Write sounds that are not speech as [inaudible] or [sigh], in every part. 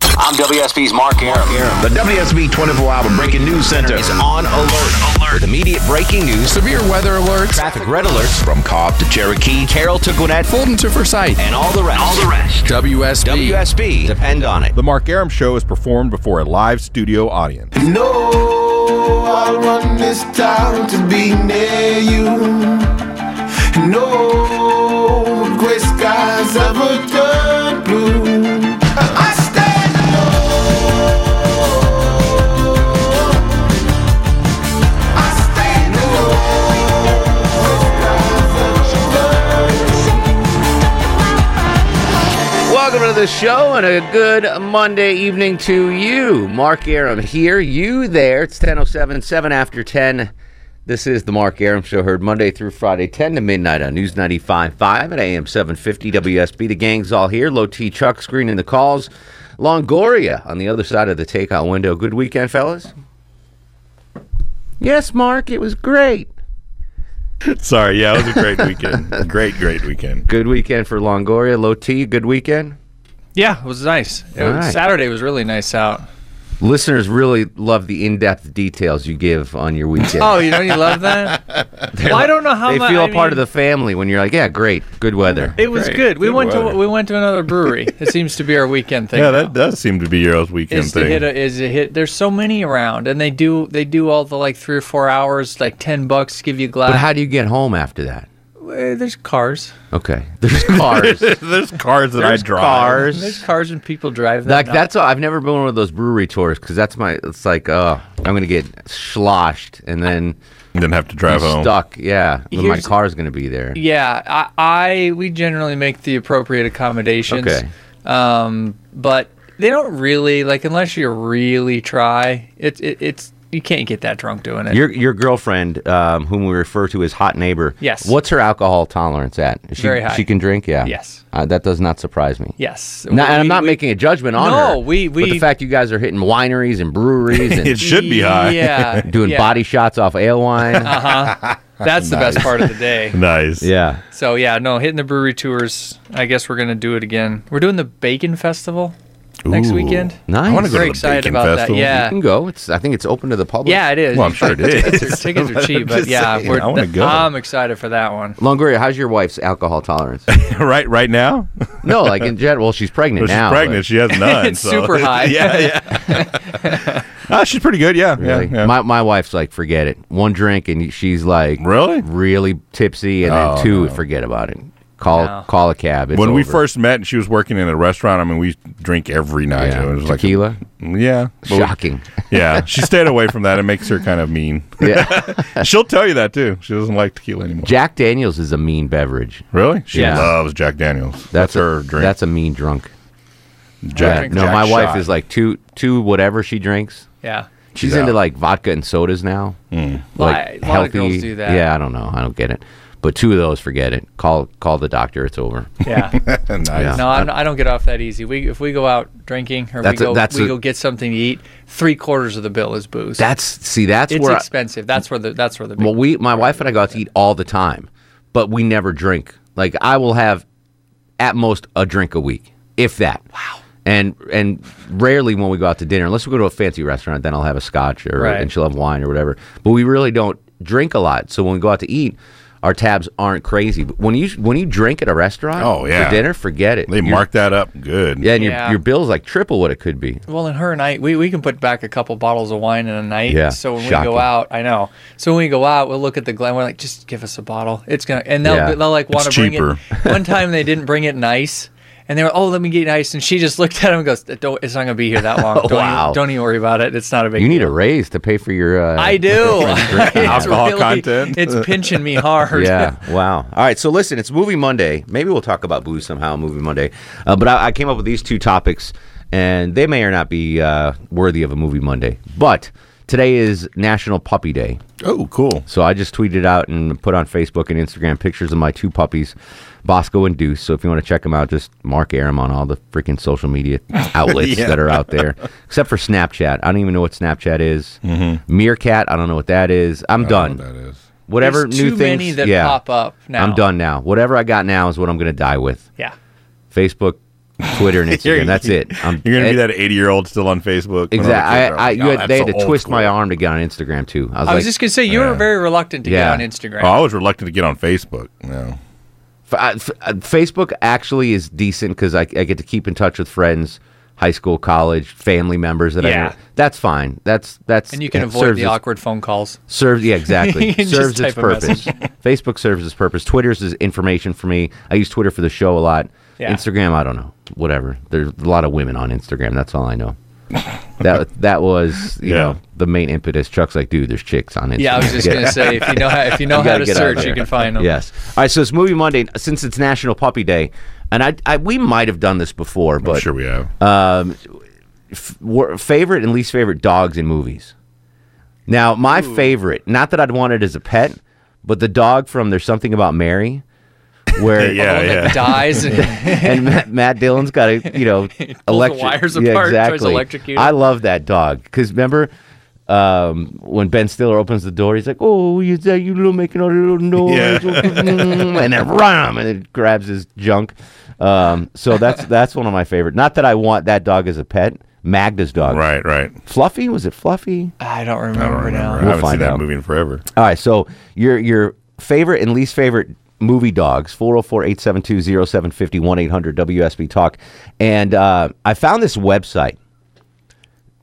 I'm WSB's Mark Aram. The WSB 24 Hour Breaking News Center is on alert. Alert. With immediate breaking news, severe weather alerts, traffic red alerts from Cobb to Cherokee, Carroll to Gwinnett, Fulton to Forsyth. and all the rest. All the rest. WSB. WSB. Depend on it. The Mark Aram Show is performed before a live studio audience. No, I want this town to be near you. No gray skies ever turn blue. I stand alone. I stand alone. Welcome to the show and a good Monday evening to you. Mark Aram here, you there. It's 10.07, 7 after 10. This is the Mark Aram Show, heard Monday through Friday, 10 to midnight on News 95.5 at AM 750 WSB. The gang's all here. Low T Chuck screening the calls. Longoria on the other side of the takeout window. Good weekend, fellas. Yes, Mark, it was great. [laughs] Sorry, yeah, it was a great weekend. great, great weekend. Good weekend for Longoria. Low T, good weekend. Yeah, it was nice. It All was- right. Saturday was really nice out. Listeners really love the in-depth details you give on your weekend. Oh, you know you love that. well, I don't know how [laughs] they mu- feel I a part of mean, the family when you're like, yeah, great, good weather. It was Great. good. We Good went weather. to we went to another brewery. [laughs] it seems to be our weekend thing. Yeah, now, that does seem to be your weekend is to thing. hit a, is a hit. There's so many around, and they do they do all the like three or four hours, like ten bucks, give you a But glass. how do you get home after that? Eh, there's cars, Okay, [laughs] [laughs] there's cars, [laughs] There's cars that there's I drive. there's cars. cars, and people drive. Like That that's all, I've never been on one of those brewery tours because that's my. It's like, oh, I'm gonna get sloshed and then And then have to drive home. stuck. Yeah, when my Here's- car's gonna be there. Yeah, I, I we generally make the appropriate accommodations. Okay. Um, but they don't really like unless you really try. It, it it's you can't get that drunk doing it. Your your girlfriend, um, whom we refer to as hot neighbor. Yes. What's her alcohol tolerance at? Is She, Very high. She can drink. Yeah. Yes. Uh, that does not surprise me. yes. No, and I'm We- not we- making a judgment on her. No, we- But the we- fact you guys are hitting wineries and breweries [laughs] and It should be high. Yeah. [laughs] doing yeah. body shots off ale wine. [laughs] Uh-huh. [laughs] That's the best part of the day. Nice. yeah. So yeah, no, hitting the brewery tours. I guess we're gonna do it again. We're doing the bacon festival next Ooh. weekend. Nice. I want to go Very to the excited bacon about festival. that. You Yeah. can go. It's I think it's open to the public. Yeah, it is. Well, I'm sure it is. [laughs] Tickets are, tickets are But [laughs] I'm cheap, but just yeah, saying, we're, um, I [laughs] wanna go. I'm excited for that one. Longoria, how's your wife's alcohol tolerance? [laughs] right, right now. [laughs] no, like in general. Well, she's pregnant Well, she's now. pregnant. She [laughs] has none. It's so- [laughs] super high. yeah, yeah. Ah, she's pretty good. Yeah, but really. yeah. yeah. My my wife's like, forget it. One drink and she's like, Really? really tipsy, and Oh, then two, forget about it. Call No. call a cab. It's when we over. first met, and she was working in a restaurant. I mean, we drink every night. yeah, It was like, tequila, yeah, but we- shocking. [laughs] yeah. She stayed away from that. It makes her kind of mean. yeah. [laughs] [laughs] She'll tell you that too. She doesn't like tequila anymore. Jack Daniels is a mean beverage. Really? She Yeah. loves Jack Daniels. That's, a- her drink. That's a mean drunk. Jack. Yeah, no, Jack my wife Shot. is like two two whatever she drinks. Yeah. She's Yeah. Hmm. into like vodka and sodas now. Mm. Why- a lot of girls do that. Yeah, I don't know. I don't get it. But two of those, forget it. Call call the doctor. It's over. [laughs] Yeah. nice. Yeah. No, I'm, I don't get off that easy. We if we go out drinking or That's a- we go that's we a- go get something to eat, three quarters of the bill is booze. That's see. That's it's where. I- expensive. that's where the that's where the big, well, we my wife and I go out to eat all the time, but we never drink. Like I will have at most a drink a week, if that. Wow. And and rarely when we go out to dinner, unless we go to a fancy restaurant, then I'll have a scotch or Right. and she'll have wine or whatever. But we really don't drink a lot. So when we go out to eat, our tabs aren't crazy. But when you when you drink at a restaurant, Oh, yeah. for dinner, forget it. They Your- mark that up good. yeah, and your Yeah. your bill's like triple what it could be. Well, in her and I, we, we can put back a couple bottles of wine in a night. Yeah, So when we shocking. go out, I know. So when we go out, we'll look at the glass. We're like, just give us a bottle. It's gonna, and they'll Yeah. they'll like want It's to bring cheaper. it. [laughs] One time they didn't bring it in ice, and they were, oh, let me get an ice, and she just looked at him and goes, don't, it's not gonna be here that [laughs] long. Don't, Wow. even, don't even worry about it. It's not a big. You need deal. a raise to pay for your. Uh, I do. [laughs] It's Alcohol content. It's [laughs] [laughs] pinching me hard. Yeah. Wow. All right. So listen, it's Movie Monday. Maybe we'll talk about booze somehow, on Movie Monday. Uh, but I, I came up with these two topics, and they may or not be uh, worthy of a Movie Monday. But today is National Puppy Day, Oh, cool. so I just tweeted out and put on Facebook and Instagram pictures of my two puppies, Bosco and Deuce. So if you want to check them out, just mark Aram on all the freaking social [laughs] media outlets that are out there, except for Snapchat. I don't even know what Snapchat is. Mm-hmm. Meerkat. I don't know what that is. I'm done. That is. Whatever There's new too things many that yeah. pop up now. I'm done now. Whatever I got now is what I'm going to die with. Yeah. Facebook, Twitter [laughs] and You're- Instagram. That's it. I'm, You're gonna it- be that 80 year old still on Facebook. when all the kids Exactly. I, are I, like, you "Oh, had, that's they had so to old twist my school." arm to get on Instagram too. I was I was like, just gonna say you were very reluctant to Yeah. get on Instagram. Oh, I was reluctant to get on Facebook. No. F- I- f- uh, Facebook actually is decent because I, I get to keep in touch with friends, high school, college, family members that I Yeah. know. That's fine. That's that's and you can it avoid serves the its- awkward phone calls. Serves yeah [laughs] exactly You can serves just its type a purpose. [laughs] Facebook serves its purpose. Twitter's is information for me. I use Twitter for the show a lot. Yeah. Instagram, I don't know. Whatever. There's a lot of women on Instagram. That's all I [laughs] know. That that was you Yeah. know the main impetus. Chuck's like, dude, there's chicks on Instagram. Yeah, I was just Get- gonna say if you know how, if you know [laughs] You how to gotta get out search, there. you can find them. Yes. All right. So it's Movie Monday. Since it's National Puppy Day, and I, I we might have done this before, I'm but um, sure we have. wor- favorite and least favorite dogs in movies. Now, my favorite, not that I'd want it as a pet, but the dog from There's Something About [laughs] Mary, where yeah, yeah. Oh, [laughs] Dies and [laughs] and Matt, Matt Dillon's got to you know [laughs] electric wires apart, tries to electrocute I him. love that dog because remember. Um, when Ben Stiller opens the door, he's like, "Oh, you that you little making all the [laughs] little noise," Mm, and then ram, and it grabs his junk. Um, so that's that's one of my favorite. Not that I want that dog as a pet. Magda's dog, right, right. Fluffy was it Fluffy? I don't remember, I don't remember. now. I haven't find seen out. that movie in forever. All right, so your your favorite and least favorite movie dogs 404-872-0750 800 WSB Talk, and uh, I found this website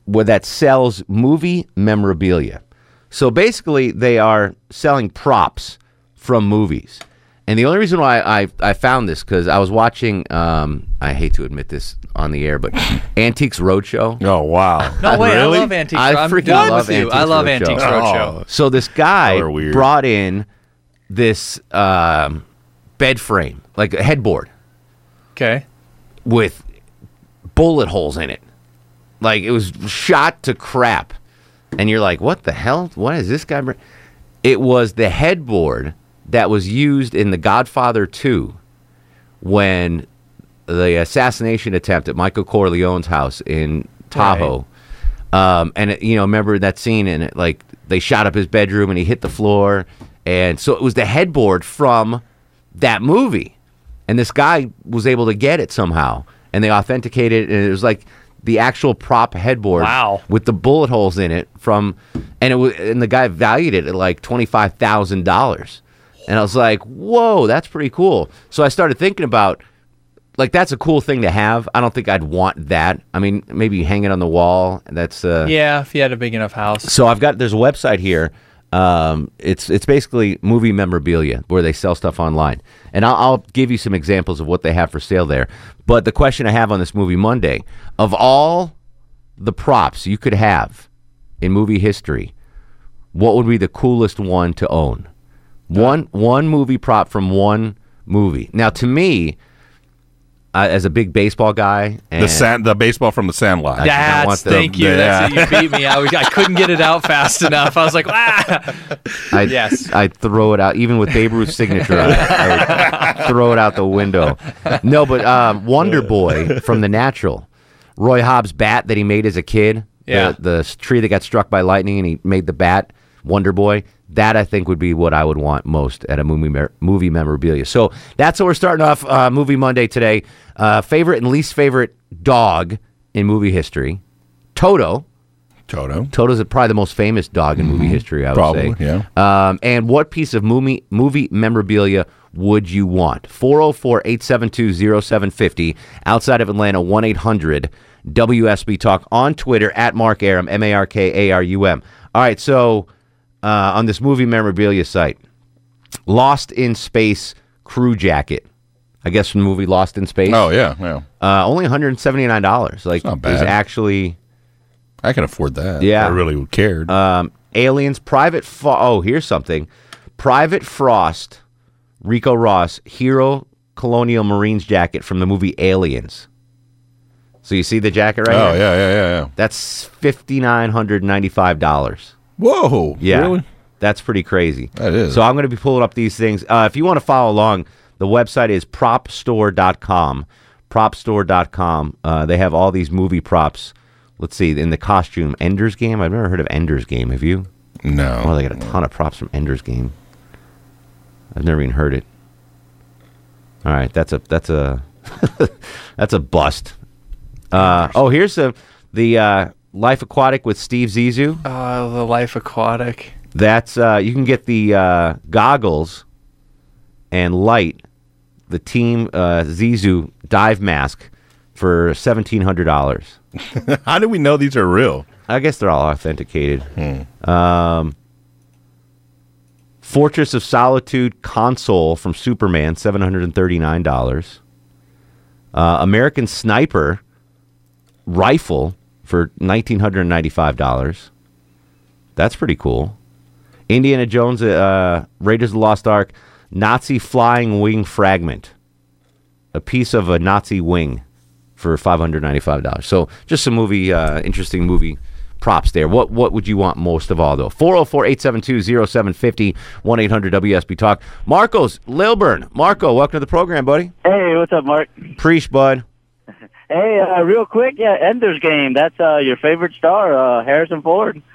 where that sells movie memorabilia. So basically, they are selling props from movies. And the only reason why I, I found this because I was watching um, I hate to admit this on the [laughs] air, but Antiques Roadshow. Oh wow. No way, Really? I love Antiques. I Roadshow. I'm freaking done love with you. I Antiques love Roadshow. Antiques Oh. Roadshow. So this guy Y'all are weird. brought in this um, bed frame, like a headboard Okay. with bullet holes in it. Like it was shot to crap. And you're like, what the hell? What is this guy? Bring? It was the headboard that was used in The Godfather 2 when the assassination attempt at Michael Corleone's house in Tahoe. Um, and it, you know, remember that scene in it, like they shot up his bedroom and he hit the floor, and so it was the headboard from that movie, and this guy was able to get it somehow, and they authenticated, it, and it was like the actual prop headboard, Wow. with the bullet holes in it from, and it was, and the guy valued it at like twenty five thousand dollars, and I was like, whoa, that's pretty cool. So I started thinking about like that's a cool thing to have. I don't think I'd want that. I mean, maybe you hang it on the wall. That's uh, Yeah, if you had a big enough house. So I've got there's a website here. Um, it's it's basically movie memorabilia where they sell stuff online, and I'll, I'll give you some examples of what they have for sale there. But the question I have on this movie Monday: of all the props you could have in movie history, what would be the coolest one to own? One one movie prop from one movie. Now, to me, I as a big baseball guy, and The sand, the baseball from the Sandlot. Yeah. I want That's the- thank you. the- That's it. You beat me. I was I couldn't get it out [laughs] fast enough. I was like, ah. I, Yes. I throw it out, even with Babe Ruth's signature on it. I would throw it out the window. No, but um, Wonder Boy from The Natural, Roy Hobbs' bat that he made as a kid, Yeah. the, the s- tree that got struck by lightning and he made the bat, Wonder Boy. That I think would be what I would want most at a movie mer- movie memorabilia. So that's what we're starting off uh, movie Monday today. Uh, favorite and least favorite dog in movie history, Toto. Toto. Mm-hmm. Toto's probably the most famous dog in movie history, I would Probably, say. Yeah. Um, and what piece of movie movie memorabilia would you want? 404-872-0750 outside of Atlanta 1-800 WSB Talk on Twitter at Mark Arum M A R K A R U M. All right, so uh, on this movie memorabilia site, Lost in Space crew jacket. I guess from the movie Lost in Space. Oh yeah, yeah. Uh, only $179. Like not it was bad. actually I can afford that. Yeah. Um, I really cared. Aliens, Private Fo- Oh, here's something. Private Frost, Rico Ross, Hero Colonial Marines jacket from the movie Aliens. So you see the jacket right oh here? yeah, yeah, yeah, yeah. That's $5,995. Whoa. Yeah. Really? That's pretty crazy. That is. So I'm going to be pulling up these things. Uh, if you want to follow along, the website is propstore.com. Propstore.com. Uh, they have all these movie props. Let's see, in the costume, Ender's Game. I've never heard of Ender's Game. Have you? No. Oh, they got a ton of props from Ender's Game. I've never even heard it. All right, that's a [laughs] that's a That's a bust. Uh, oh, here's the the uh, Life Aquatic with Steve Zissou. Uh, the Life Aquatic. That's uh, you can get the uh, goggles and light, the team uh, Zissou dive mask for seventeen hundred dollars. [laughs] How do we know these are real? Hmm. I guess they're all authenticated. Um, Fortress of Solitude console from Superman, seven hundred and thirty-nine dollars. Uh, American Sniper rifle for nineteen hundred and ninety-five dollars. That's pretty cool. Indiana Jones, uh, Raiders of the Lost Ark, Nazi flying wing fragment, a piece of a Nazi wing for five hundred ninety-five dollars. So just some movie, uh, interesting movie props there. What what would you want most of all though? 404-872-0750, 1-800-WSB Talk. Marcos Lilburn, Marco, welcome to the program, buddy. Hey, what's up, Mark? Preach, bud. Hey, uh, real quick, yeah, Ender's Game. That's uh, your favorite star, uh, Harrison Ford. [laughs]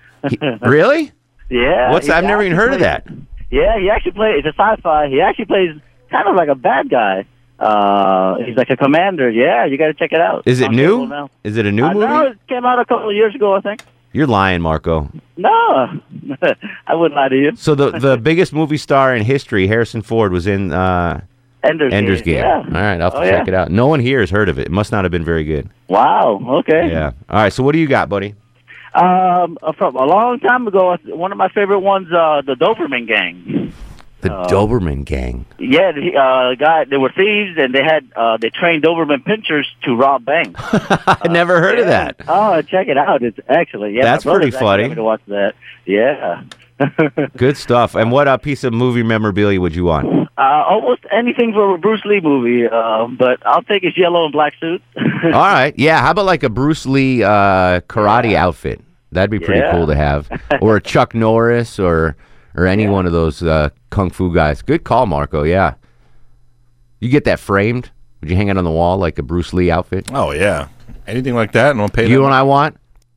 Really? Yeah. What's he I've never even heard of actually that. plays- Yeah, he actually plays. It's a sci-fi. He actually plays kind of like a bad guy. Uh, he's like a commander. Yeah, you got to check it out. Is it On cable new? now. Is it a new Uh, no, movie? it came out a couple of years ago, I think. You're lying, Marco. No, [laughs] I wouldn't lie to you. So the [laughs] the biggest movie star in history, Harrison Ford, was in uh, Ender's, Ender's Game. Game. Yeah. All right, I'll have to Oh, check yeah. it out. No one here has heard of it. It must not have been very good. [laughs] Wow. Okay. Yeah. All right. So what do you got, buddy? Um, from a long time ago, one of my favorite ones, uh, the Doberman Gang. The Oh. Doberman Gang. Yeah, the uh, guy. They were thieves, and they had uh, they trained Doberman pinchers to rob [laughs] banks. [laughs] I never heard of that. oh, check it out! It's excellent. Yeah, my That's pretty brother's actually funny. having To watch that. Yeah. [laughs] Good stuff. And what uh, piece of movie memorabilia would you want? Uh, almost anything for a Bruce Lee movie, uh, but I'll take his yellow and black suit. All right. Yeah. How about like a Bruce Lee uh, karate outfit? That'd be pretty Yeah. cool to have. Or a Chuck Norris or or any one of those uh, kung fu guys. Good call, Marco. Yeah. You get that framed? Would you hang it on the wall like a Bruce Lee outfit? Oh yeah, anything like that, and we'll pay You know them. what I want?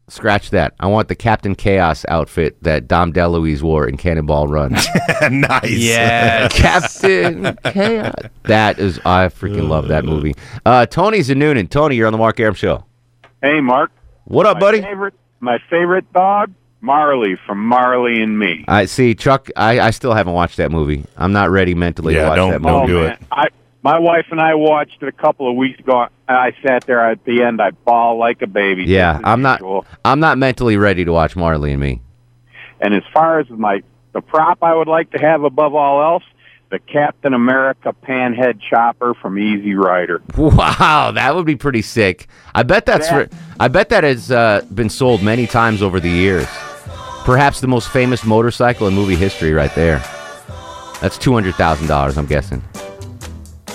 Scratch that. I want the Captain Chaos outfit that Dom DeLuise wore in Cannonball Run. [laughs] nice. [laughs] Yeah. Captain Chaos. That is, I freaking love that movie. Uh, Tony's in Noonan. Tony, you're on the Mark Aram Show. Hey, Mark. What up, buddy? My favorite, my favorite dog, Marley from Marley and Me. I see, Chuck. I, I still haven't watched that movie. I'm not ready mentally to Yeah, watch don't- that don't movie. do Oh, man. it. I, my wife and I watched it a couple of weeks ago. and I sat there at the end. I bawled like a baby. Yeah, just as I'm not. usual. I'm not mentally ready to watch Marley and Me. And as far as my the prop I would like to have above all else, the Captain America panhead chopper from Easy Rider. Wow, that would be pretty sick. I bet that's. Yeah. re- I bet that has uh, been sold many times over the years. Perhaps the most famous motorcycle in movie history, right there. That's two hundred thousand dollars. I'm guessing.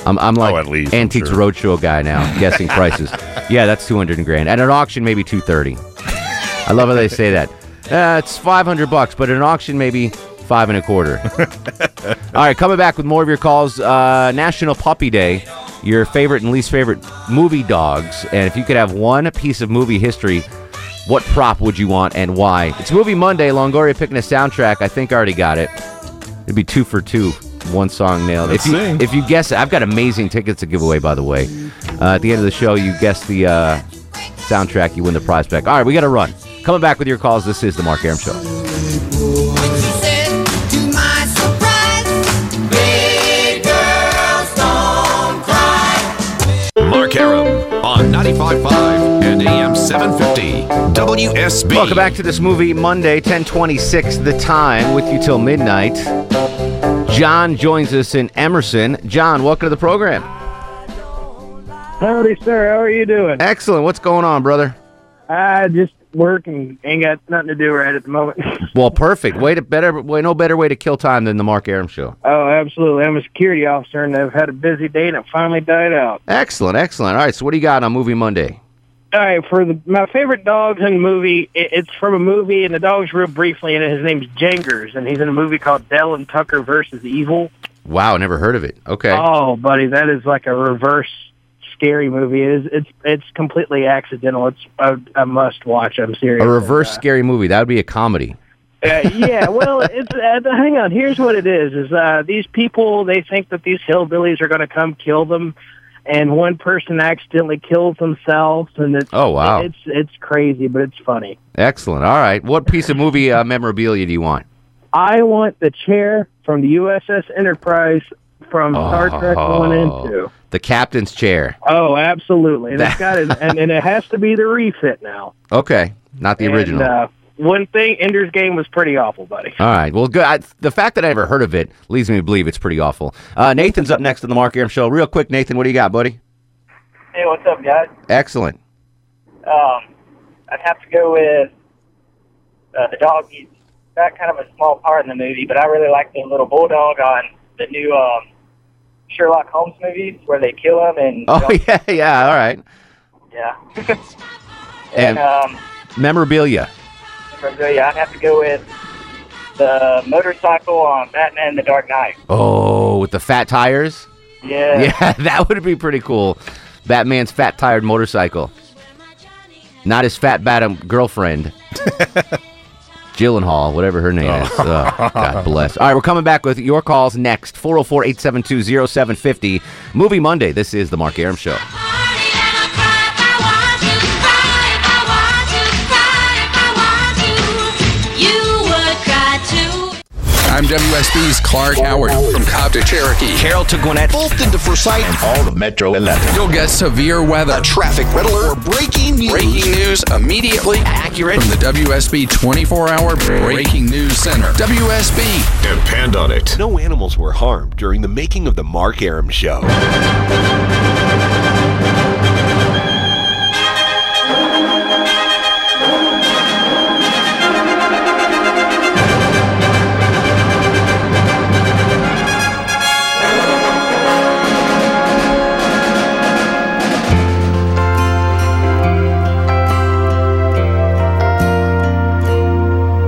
I'm, I'm like Oh, at least, I'm antiques sure. roadshow guy [laughs] now, guessing prices. Yeah, that's two hundred grand. At an auction, maybe two thirty. I love how they say that. Uh, it's five hundred bucks, but at an auction, maybe five and a [laughs] quarter. All right, coming back with more of your calls. Uh, National Puppy Day, your favorite and least favorite movie dogs. And if you could have one piece of movie history, what prop would you want and why? It's Movie Monday. Longoria picking a soundtrack. I think I already got it. It'd be two for two. One song nailed. Let's if you see. if you guess it, I've got amazing tickets to give away. By the way, uh, at the end of the show, you guess the uh, soundtrack, you win the prize back. All right, we got to run. Coming back with your calls. This is the Mark Aram Show. To my surprise, Mark Aram on 95.5 and AM 750 WSB. Welcome back to this movie Monday, 1026 the time with you till midnight. John joins us in Emerson. John, welcome to the program. Howdy, sir. How are you doing? Excellent. What's going on, brother? I just work and ain't got nothing to do right at the moment. [laughs] Well, perfect. Way to better way no better way to kill time than the Mark Aram show. oh, absolutely. I'm a security officer, and I've had a busy day, and it finally died out. Excellent, excellent. All right, so what do you got on Movie Monday? All right, for the, my favorite dogs in the movie, it, it's from a movie, and the dog's real briefly, and his name's Jangers, and he's in a movie called Dell and Tucker versus Evil. Wow, never heard of it. Okay. Oh, buddy, that is like a reverse scary movie. It is, it's it's completely accidental. It's a, a must watch. I'm serious. A reverse scary movie. That would be a comedy. Uh, yeah, well, it's, uh, hang on. Here's what it is: is uh, these people they think that these hillbillies are going to come kill them, and one person accidentally kills themselves, and it's Oh, wow. it's it's crazy, but it's funny. Excellent. All right. What piece of movie uh, memorabilia do you want? I want the chair from the USS Enterprise from Star Trek Oh. One and Two. The captain's chair. Oh, absolutely, and it's got it, and, and it has to be the refit now. Okay, not the [laughs] original. And, uh, one thing, Ender's Game was pretty awful, buddy. All right. Well, good. I, the fact that I ever heard of it leads me to believe it's pretty awful. Uh, Nathan's up next on the Mark Aram Show. Real quick, Nathan, what do you got, buddy? Hey, what's up, guys? Excellent. Um, I'd have to go with uh, the dog. He's got kind of a small part in the movie, but I really like the little bulldog on the new um, Sherlock Holmes movies where they kill him and Oh [laughs] yeah, yeah. All right. yeah. [laughs] And- and um, Memorabilia. memorabilia, I'd have to go with the motorcycle on Batman: The Dark Knight. Oh, with the fat tires. Yeah. Yeah, [laughs] that would be pretty cool. Batman's fat tired motorcycle. Not his fat Batum girlfriend. Gyllenhaal, whatever her name is. Ugh, God bless. All right, we're coming back with your calls next. 404-872-0750. Movie Monday. This is the Mark Aram Show. You would cry too. I'm WSB's Clark Howard from Cobb to Cherokee, Carroll to Gwinnett, Fulton to Forsyth, and all of Metro 11. You'll get severe weather, a traffic riddle, or breaking news. Breaking news immediately accurate from the WSB 24-hour Breaking News Center. WSB. Depend on it. No animals were harmed during the making of the Mark Aram Show.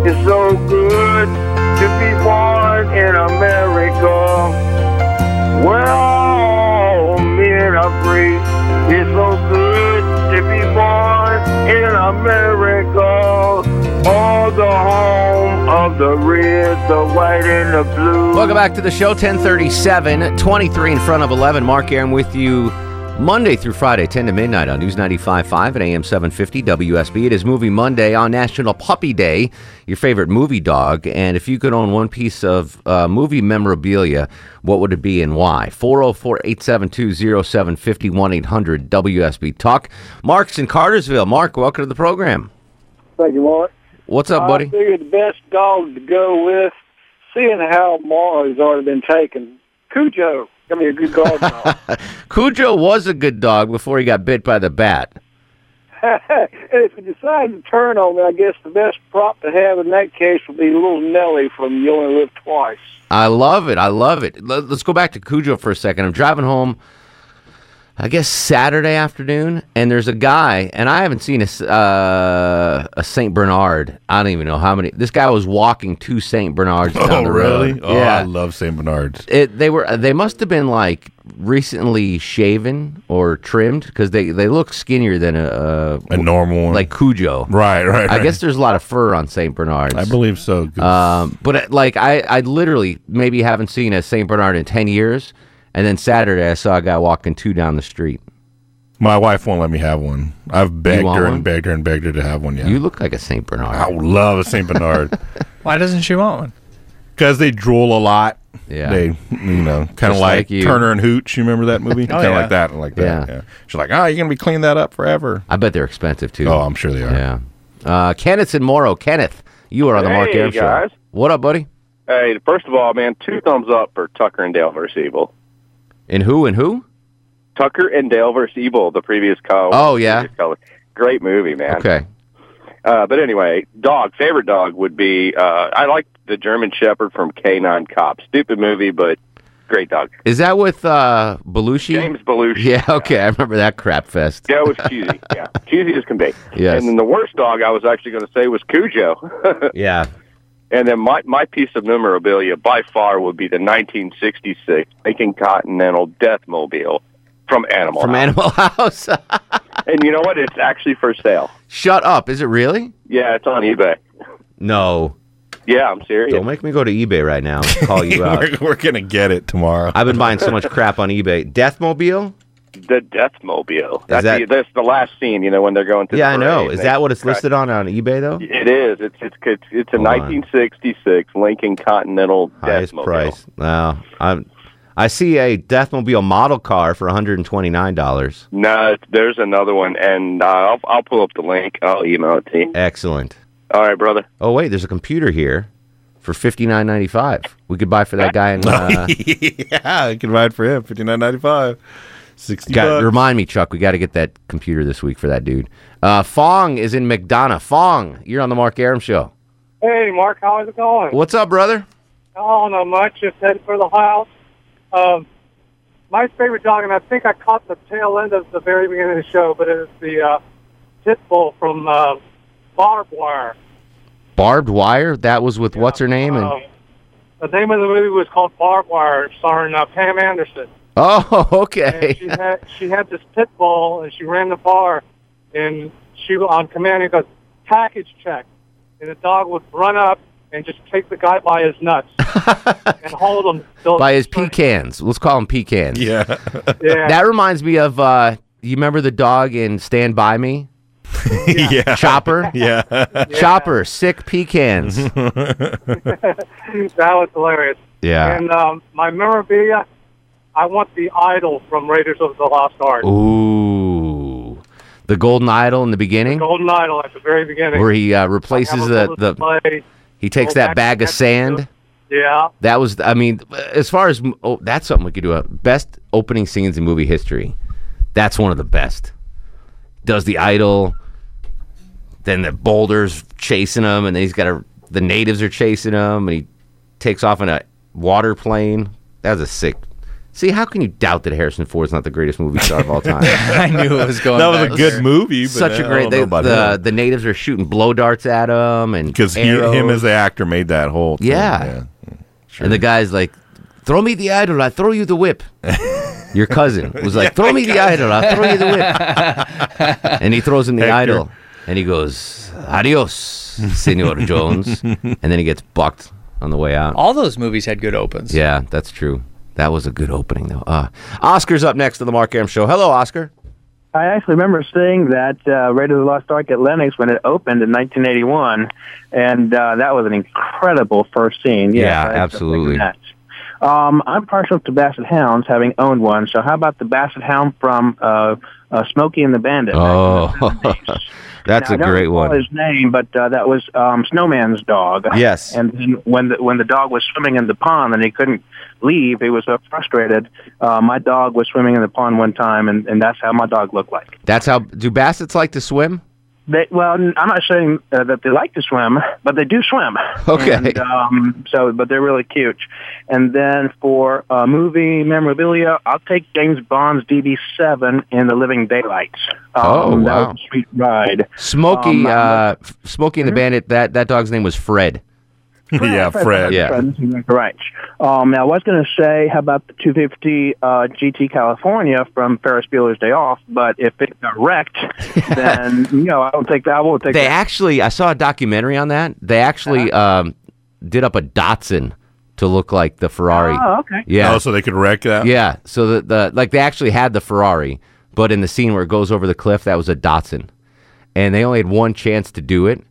It's so good to be born in America, where all men are free. It's so good to be born in America, all the home of the red, the white, and the blue. Welcome back to the show, 1037, 23 in front of 11. Mark Aram with you Monday through Friday, 10 to midnight on News 95.5 and AM 750 WSB. It is Movie Monday on National Puppy Day, your favorite movie dog. And if you could own one piece of uh, movie memorabilia, what would it be and why? 404-872-0750, 1-800-WSB-TALK. Mark's in Cartersville. Mark, welcome to the program. Thank you, Mark. Uh, What's up, I buddy? figured the best dog to go with, seeing how Mario's already been taken, Cujo. Give me a good guard [laughs] dog. [laughs] Cujo was a good dog before he got bit by the bat. and if you decide to turn on me, I guess the best prop to have in that case would be Little Nellie from You Only Live Twice. I love it. I love it. Let, let's go back to Cujo for a second. I'm driving home, I guess Saturday afternoon, and there's a guy, and I haven't seen a s- uh, a Saint Bernard. I don't even know how many. This guy was walking two Saint Bernards down [laughs] Oh, the really? road. Oh, I yeah, love St. Bernard's. it, they were. They must have been like recently shaven or trimmed because they they look skinnier than a a, normal one. like Cujo. Right, right, I right. guess there's a lot of fur on Saint Bernards. I believe so. Um, but uh, like I, I literally maybe haven't seen a Saint Bernard in ten years, and then Saturday I saw a guy walking two down the street. My wife won't let me have one. I've begged want her one? and begged her and begged her to have one. Yeah, you look like a Saint Bernard. I love a Saint [laughs] Bernard Why doesn't she want one? because they drool a lot. Yeah, they you know kind of Just like, like you. Turner and Hooch. You remember that movie? [laughs] Oh, kind of yeah. like that, like that. Yeah. Yeah. She's like, oh, you're gonna be cleaning that up forever. I bet they're expensive too. Oh, I'm sure they are. Yeah. Uh, Kenneth's in Morrow. Kenneth, you are on the Mark Hey, Aram guys. show. What up, buddy? Hey, first of all, man, two thumbs up for Tucker and Dale versus Evil. And who and who? Tucker and Dale versus Evil, the previous call. Oh, yeah. previous color. Great movie, man. Okay. Uh, but anyway, dog favorite dog would be uh, I like the German Shepherd from Canine Cop. Stupid movie, but great dog. Is that with uh, Belushi? James Belushi. Yeah. [laughs] Okay, I remember that crap fest. That was [laughs] cheesy. yeah, cheesy as can be. Yes. And then the worst dog I was actually going to say was Cujo. [laughs] yeah. And then my my piece of memorabilia by far would be the 1966 Lincoln Continental Death Mobile from Animal. From House. Animal [laughs] House. and you know what? It's actually for sale. Shut up. Is it really? Yeah, it's on eBay. No. Yeah, I'm serious. Don't make me go to eBay right [laughs] now. and Call you out. we're, we're gonna get it tomorrow. [laughs] I've been buying so much crap on eBay. Deathmobile? the Deathmobile. That's, that- the, that's the last scene, you know, when they're going to. yeah, the I know. parade. Is They- that what it's Right. listed on on eBay though? It is. It's it's it's, it's a Hold on. 1966 Lincoln Continental Highest Deathmobile. price. Wow. I'm. I see a Deathmobile model car for one hundred and twenty nine dollars. No, there's another one, and uh, I'll I'll pull up the link. I'll email it to you. Excellent. All right, brother. Oh wait, there's a computer here for fifty nine ninety five. We could buy for [laughs] that guy [laughs] in. Uh, yeah, I can buy it for him. Fifty nine [laughs] ninety five. Sixty got- bucks. remind me, Chuck. We got to get that computer this week for that dude. Uh, Fong is in McDonough. Fong, you're on the Mark Aram show. Hey, Mark, how's it going? What's up, brother? Oh, not much. Just heading for the house. Um, my favorite dog, and I think I caught the tail end of the very beginning of the show, but it is the uh, pit bull from uh, Barbed Wire. Barbed wire. That was with what's her name and. Um, the name of the movie was called Barbed Wire, starring uh, Pam Anderson. [laughs] Oh, And she okay. had she had this pit bull, and she ran the bar, and she on command and goes package check, and the dog would run up and just take the guy by his [laughs] nuts and hold him. till- By his pecans. Let's call him pecans. Yeah. Yeah. That reminds me of uh you remember the dog in Stand By Me? yeah. [laughs] Chopper? [laughs] Yeah. Chopper, sick [laughs] pecans. [laughs] that was hilarious. Yeah. And um, my memorabilia, I want the idol from Raiders of the Lost Ark. Ooh. The golden idol in the beginning Golden idol at the very beginning. where he uh, replaces the, the Play. he takes Go that Oh, back bag to of that sand. Yeah. That was I mean as far as oh, that's something we could do. Uh, best opening scenes in movie history. That's one of the best. Does the idol then the boulders chasing him and then he's got a the natives are chasing him and he takes off in a water plane. That was a sick See, how can you doubt that Harrison Ford's not the greatest movie [laughs] star of all time? I knew it was going That was a back good there. movie, but Such I a great. don't know They, about the him. the natives are shooting blow darts at him, and Because him as the actor made that whole. Thing. yeah. And the guy's like, throw me the idol, I throw you the whip. Your cousin was like, throw me the idol, I throw you the whip. and he throws him the Hector. idol. And he goes, adios, Senor Jones. and then he gets bucked on the way out. All those movies had good opens. Yeah, that's true. That was a good opening, though. Uh, Oscar's up next to the Mark Aram Show. Hello, Oscar. I actually remember seeing that uh, Raiders of the Lost Ark at Lenox when it opened in 1981, and uh, that was an incredible first scene. Yes, Yeah, I definitely absolutely. can that. Um, I'm partial to Basset Hounds, having owned one. So how about the Basset Hound from uh, uh, Smokey and the Bandit? [laughs] Oh, that's Now, a I don't great recall one. His name, but uh, that was um, Snowman's dog. Yes. And then when the, when the dog was swimming in the pond and he couldn't leave, he was so frustrated. Uh, my dog was swimming in the pond one time, and, and that's how my dog looked like. That's how. Do bassets like to swim? They, well, n- I'm not saying uh, that they like to swim, but they do swim. [laughs] Okay. And, um, so, but they're really cute. And then for uh, movie memorabilia, I'll take James Bond's DB7 in The Living Daylights. Um, Oh, that was wow. a sweet ride. Um, Smokey, I'm Hmm? uh, F- Smokey and the Bandit. That that dog's name [laughs] was Fred. yeah, Yeah. Right. Um, now, I was going to say, how about the 250 uh, GT California from Ferris Bueller's Day Off? But if it got [laughs] wrecked, then you know I don't think that. I won't take They that. actually, I saw a documentary on that. They actually um, did up a Datsun to look like the Ferrari. Oh, okay. Yeah. Oh, so they could wreck that. Yeah. So the, the like they actually had the Ferrari, but in the scene where it goes over the cliff, that was a Datsun, and they only had one chance to do it,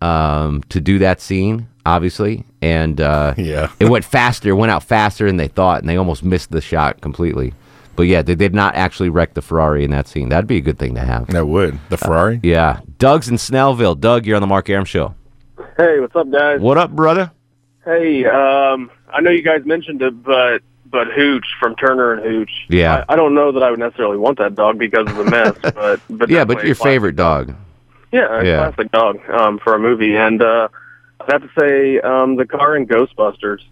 um, to do that scene, obviously, and uh, [laughs] yeah, it went faster, went out faster than they thought, and they almost missed the shot completely. But yeah, they did not actually wreck the Ferrari in that scene. That'd be a good thing to have. Uh, That would the Ferrari. yeah, Doug's in Snellville. Doug, you're on the Mark Aram show. Hey, what's up, guys? What up, brother? Hey, um, I know you guys mentioned it, but but Hooch from Turner and Hooch. Yeah, I don't know that I would necessarily want that dog because of the [laughs] mess, but but yeah, definitely but your a classic- favorite dog. yeah, a Yeah. classic dog um, for a movie, and uh, I have to say um, the car in Ghostbusters,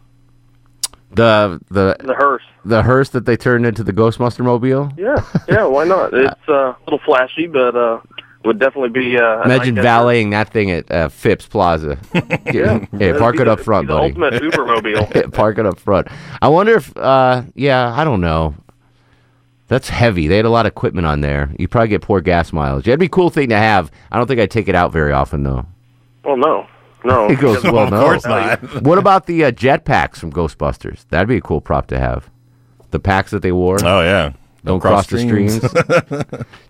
The the the hearse. the hearse that they turned into the Ghostbuster mobile. Yeah, yeah, why [laughs] not? It's uh, a little flashy, but uh, would definitely be. Uh, a Imagine nice- valeting that thing at uh, Phipps [laughs] Plaza. [laughs] yeah, That'd park be it up the- front, the buddy. [laughs] ultimate Ubermobile. park it up front. I wonder if, uh, yeah, I don't know. That's heavy. They had a lot of equipment on there. You probably get poor gas mileage. That'd be a cool thing to have. I don't think I'd take it out very often though. Well, no, no. [laughs] It goes because- well. No, [laughs] what about the uh, jetpacks from Ghostbusters? That'd be a cool prop to have. The packs that they wore. Oh yeah, Don't cross, the streams.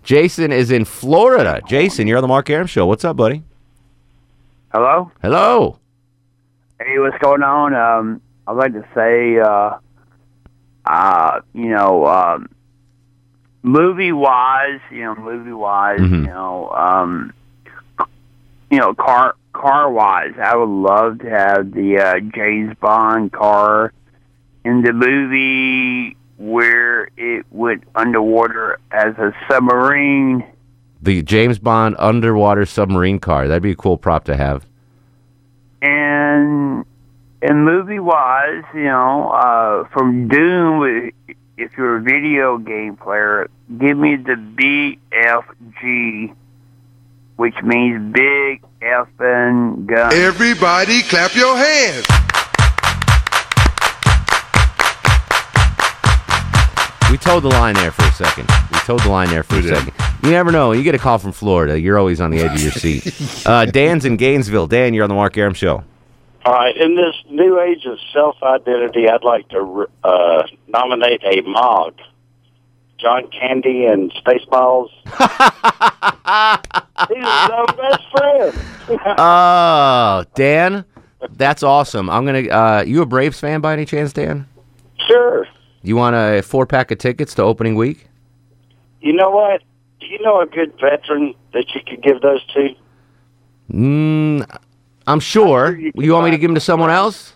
Jason is in Florida. Jason, you're on the Mark Aram Show. What's up, buddy? Hello? Hello. Hey, what's going on? Um, I'd like to say, uh, uh, you know, um, movie wise, you know, movie wise, you know, um, you know, car car wise, I would love to have the uh, James Bond car in the movie where it went underwater as a submarine. The James Bond underwater submarine car. That'd be a cool prop to have. and and movie wise, you know, uh, from Doom, i- if you're a video game player, give me the BFG, which means big effing gun. Everybody clap your hands. We towed the line there for a second. We towed the line there for a second. You never know. You get a call from Florida. You're always on the edge of your seat. uh, Dan's in Gainesville. Dan, you're on the Mark Aram Show. All right. In this new age of self-identity, I'd like to uh, nominate a mog. John Candy and Spaceballs. He's our best [laughs] friend. Oh, Dan, that's awesome. I'm gonna. Uh, you a Braves fan by any chance, Dan? sure. You want a four pack of tickets to opening week? You know what? Do you know a good veteran that you could give those to? Mm, I'm sure. You want me to give them to someone else?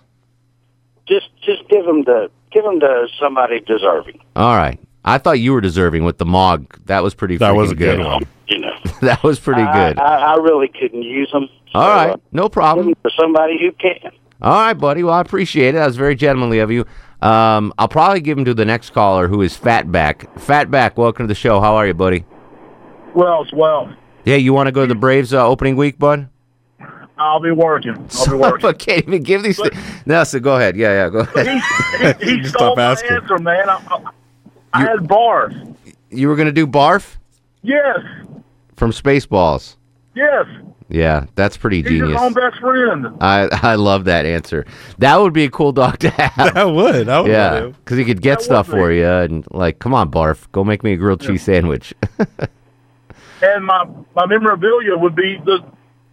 Just, just give them to give them to somebody deserving. All right. I thought you were deserving with the Mog. That was pretty. That was freaking a good one. You know, [laughs] that was pretty I, good. Um, I, I really couldn't use them. All right, no problem. For somebody who can. All right, buddy. Well, I appreciate it. That was very gentlemanly of you. Um, I'll probably give him to the next caller, who is Fatback. Fatback, welcome to the show. How are you, buddy? Wells, well, Yeah, you want to go to the Braves uh, opening week, bud? I'll be working. I'll be working. I [laughs] can't even give these. Things. No, so go ahead. Yeah, yeah, go ahead. [laughs] He, [laughs] he stole my answer, man. I, I, I had bars. You were gonna do barf Yes, from Spaceballs. yes. Yeah, that's pretty He's his genius. own best friend. I I love that answer. That would be a cool dog to have. [laughs] That would. I would yeah, love because he could get stuff for you and like, come on, barf, go make me a grilled cheese sandwich. [laughs] And my, my memorabilia would be the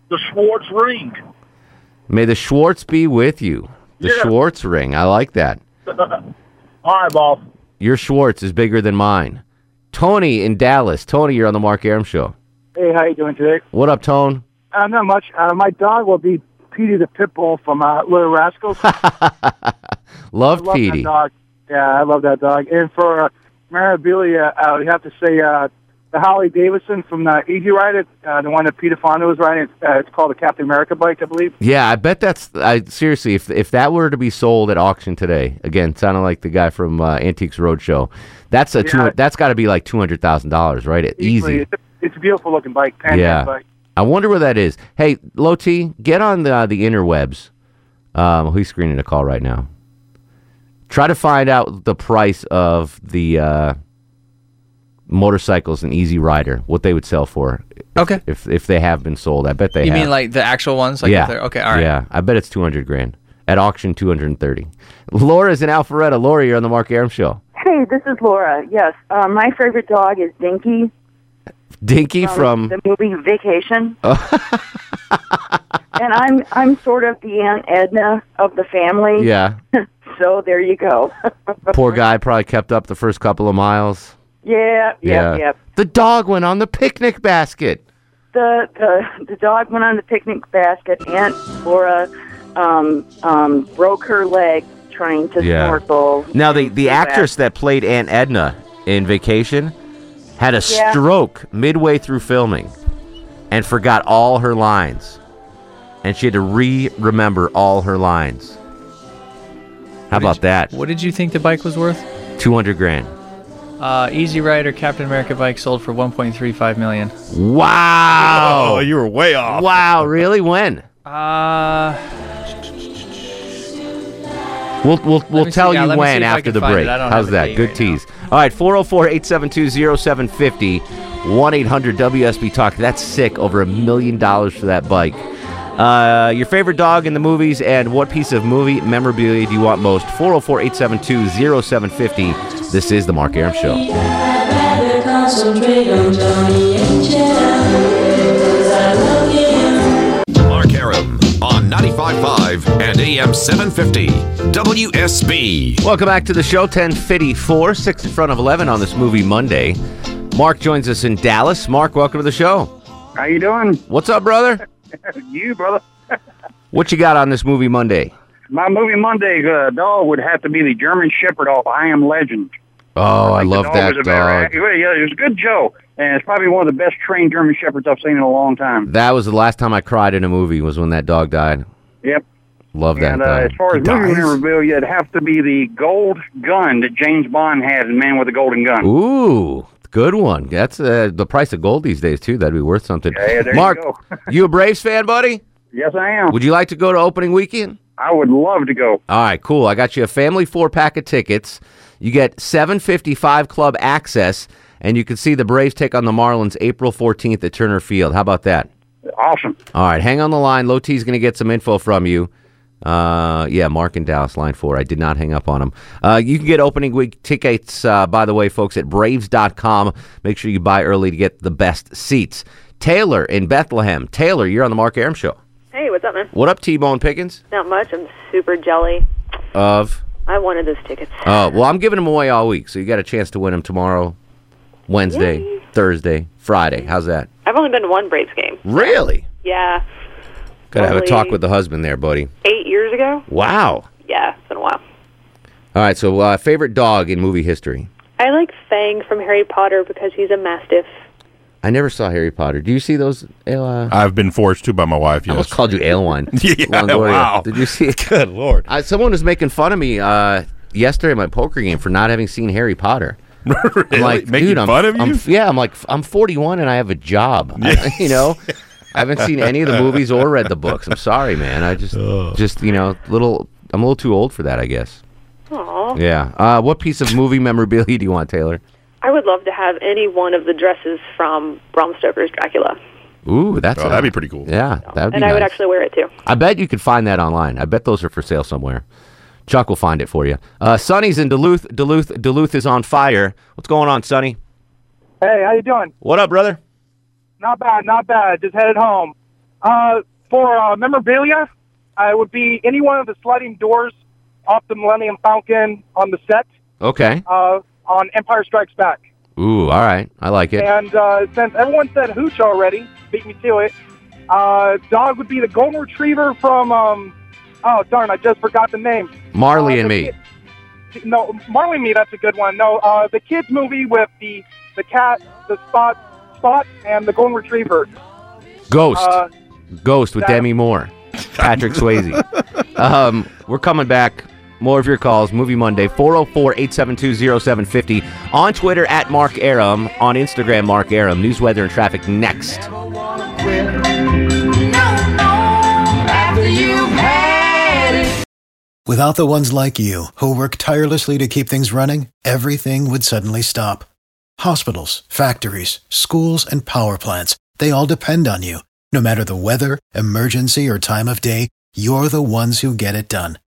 the Schwartz ring. [laughs] May the Schwartz be with you. The Yeah. Schwartz ring. I like that. All right, boss. Your Schwartz is bigger than mine. Tony in Dallas. Tony, you're on the Mark Aram show. Hey, how you doing today? What up, Tone? Uh, not much. Uh, my dog will be Petey the pit bull from uh, Little [laughs] Rascals. Love, I love Petey. that dog. Yeah, I love that dog. And for uh, memorabilia, I would have to say uh, the Holly Davidson from the Easy Rider, uh, the one that Peter Fonda was riding. It's, uh, it's called the Captain America bike, I believe. Yeah, I bet that's. I seriously, if if that were to be sold at auction today, again, sounding like the guy from uh, Antiques Roadshow, that's a Yeah. two. That's got to be like two hundred thousand dollars, right? It, easy. It's a, it's a beautiful looking bike. Pan Am yeah. Bike. [laughs] I wonder where that is. Hey, Low T, get on the uh, the interwebs. Um, who's screening a call right now? Try to find out the price of the uh, motorcycles and Easy Rider, what they would sell for. Okay. If if they have been sold, I bet they. you have. mean like the actual ones? Like if yeah. they're- Okay. All right. Yeah, I bet it's two hundred grand at auction. Two hundred and thirty. Laura's in Alpharetta. Laura, you're on the Mark Aram show. Hey, this is Laura. Yes, uh, my favorite dog is Dinky Um, Dinky from. the movie Vacation, [laughs] Oh, and I'm I'm sort of the Aunt Edna of the family. yeah. So there you go. [laughs] Poor guy probably kept up the first couple of miles. yeah, yeah, yeah. The dog went on the picnic basket. The the the dog went on the picnic basket. Aunt Laura um, um, broke her leg trying to Yeah. snorkel. Now the the actress that played Aunt Edna in Vacation had a Yeah. stroke midway through filming and forgot all her lines. And she had to re-remember all her lines. How about that? What did you think the bike was worth? 200 grand. Uh, Easy Rider Captain America bike sold for 1.35 million. Wow. Oh, you were way off. Wow, really? When? Uh, We'll we'll, Let we'll me tell see- yeah, you let me see when if I after can the find break. it. I don't have How's the that? date Good right tease. All right, 404-872-0750, 1-800-WSB Talk. That's sick. Over a million dollars for that bike. Uh, your favorite dog in the movies oh and what piece of movie memorabilia do you want most? 404-872-0750. This is the Mark Aram Show. better concentrate on Johnny and Jen, 'cause I love him. Mark Aram on 95.5 and AM 750 WSB. Welcome back to the show, 1054, 6 in front of 11 on this movie Monday. Mark joins us in Dallas. Mark, welcome to the show. How you doing? What's up, brother? you, brother. What you got on this movie Monday? My movie Monday uh, dog would have to be the German Shepherd of I Am Legend. Oh, I love dog that was a better- dog. yeah, it was a good show, and it's probably one of the best trained German Shepherds I've seen in a long time. That was the last time I cried in a movie was when that dog died. Yep. Love that And uh, dog. as far as movie memorabilia, it'd have to be the gold gun that James Bond had in Man with a Golden Gun. Ooh, good one. That's uh, the price of gold these days too. That'd be worth something. Yeah, there Mark, you go. [laughs] you a Braves fan, buddy? Yes, I am. Would you like to go to opening weekend? I would love to go. All right, cool. I got you a family four pack of tickets. You get 755 club access, and you can see the Braves take on the Marlins April 14th at Turner Field. How about that? Awesome. All right, hang on the line. Low T's going to get some info from you. Uh, yeah, Mark in Dallas, line four. I did not hang up on him. Uh, you can get opening week tickets, uh, by the way, folks, at Braves.com. Make sure you buy early to get the best seats. Taylor in Bethlehem. Taylor, you're on the Mark Aram Show. Hey, what's up, man? What up, T Bone Pickens? Not much. I'm super jelly. Of I wanted those tickets. uh, well, I'm giving them away all week, so you got a chance to win them tomorrow, Wednesday, Thursday, Friday. How's that? I've only been to one Braves game. Really? Yeah, Gotta have a Probably- talk with the husband there, buddy. eight years ago. Wow. Yeah, it's been a while. All right, so uh, favorite dog in movie history? I like Fang from Harry Potter because he's a mastiff. I never saw Harry Potter. Do you see those? Uh, I've been forced to by my wife. Yes. I almost called you Alewine. [laughs] yeah, Longoria. wow. Did you see it? [laughs] Good lord. I, someone was making fun of me uh, yesterday at my poker game for not having seen Harry [laughs] Potter. I'm like, Making dude, I'm, fun of you? I'm- yeah, I'm like, I'm 41 and I have a job. [laughs] I- you [laughs] know, I haven't seen any of the movies or read the books. I'm sorry, man. I just, Oh. just you know, little. I'm a little too old for that, I guess. Aw. Yeah. Uh, what piece of movie memorabilia do you want, Taylor? I would love to have any one of the dresses from Bram Stoker's Dracula, Ooh, that's Oh, a- that'd be pretty cool. Yeah, that would be and I would nice. actually wear it too. I bet you could find that online. I bet those are for sale somewhere. Chuck will find it for you. Uh, Sonny's in Duluth. Duluth. Duluth is on fire. What's going on, Sonny? Hey, how you doing? What up, brother? Not bad, not bad. Just headed home. Uh, for uh, memorabilia, I would be any one of the sliding doors off the Millennium Falcon on the set Okay. uh, on Empire Strikes Back. Ooh, all right. I like it. And uh, since everyone said hooch already, beat me to it. Uh, dog would be the golden retriever from. Um, oh darn, I just forgot the name. Marley and me. No, Marley and Me. That's a good one. No, uh, the kids movie with the the cat, the spot, spot, and the golden retriever. Ghost. Uh, Ghost with Demi Moore. Patrick Swayze. Um, we're coming back. More of your calls. Movie Monday, 404 872 0750. On Twitter, at Mark Aram. On Instagram, Mark Aram. News, weather, and traffic next. After you've had it. Without the ones like you, who work tirelessly to keep things running, everything would suddenly stop. Hospitals, factories, schools, and power plants, they all depend on you. No matter the weather, emergency, or time of day, you're the ones who get it done.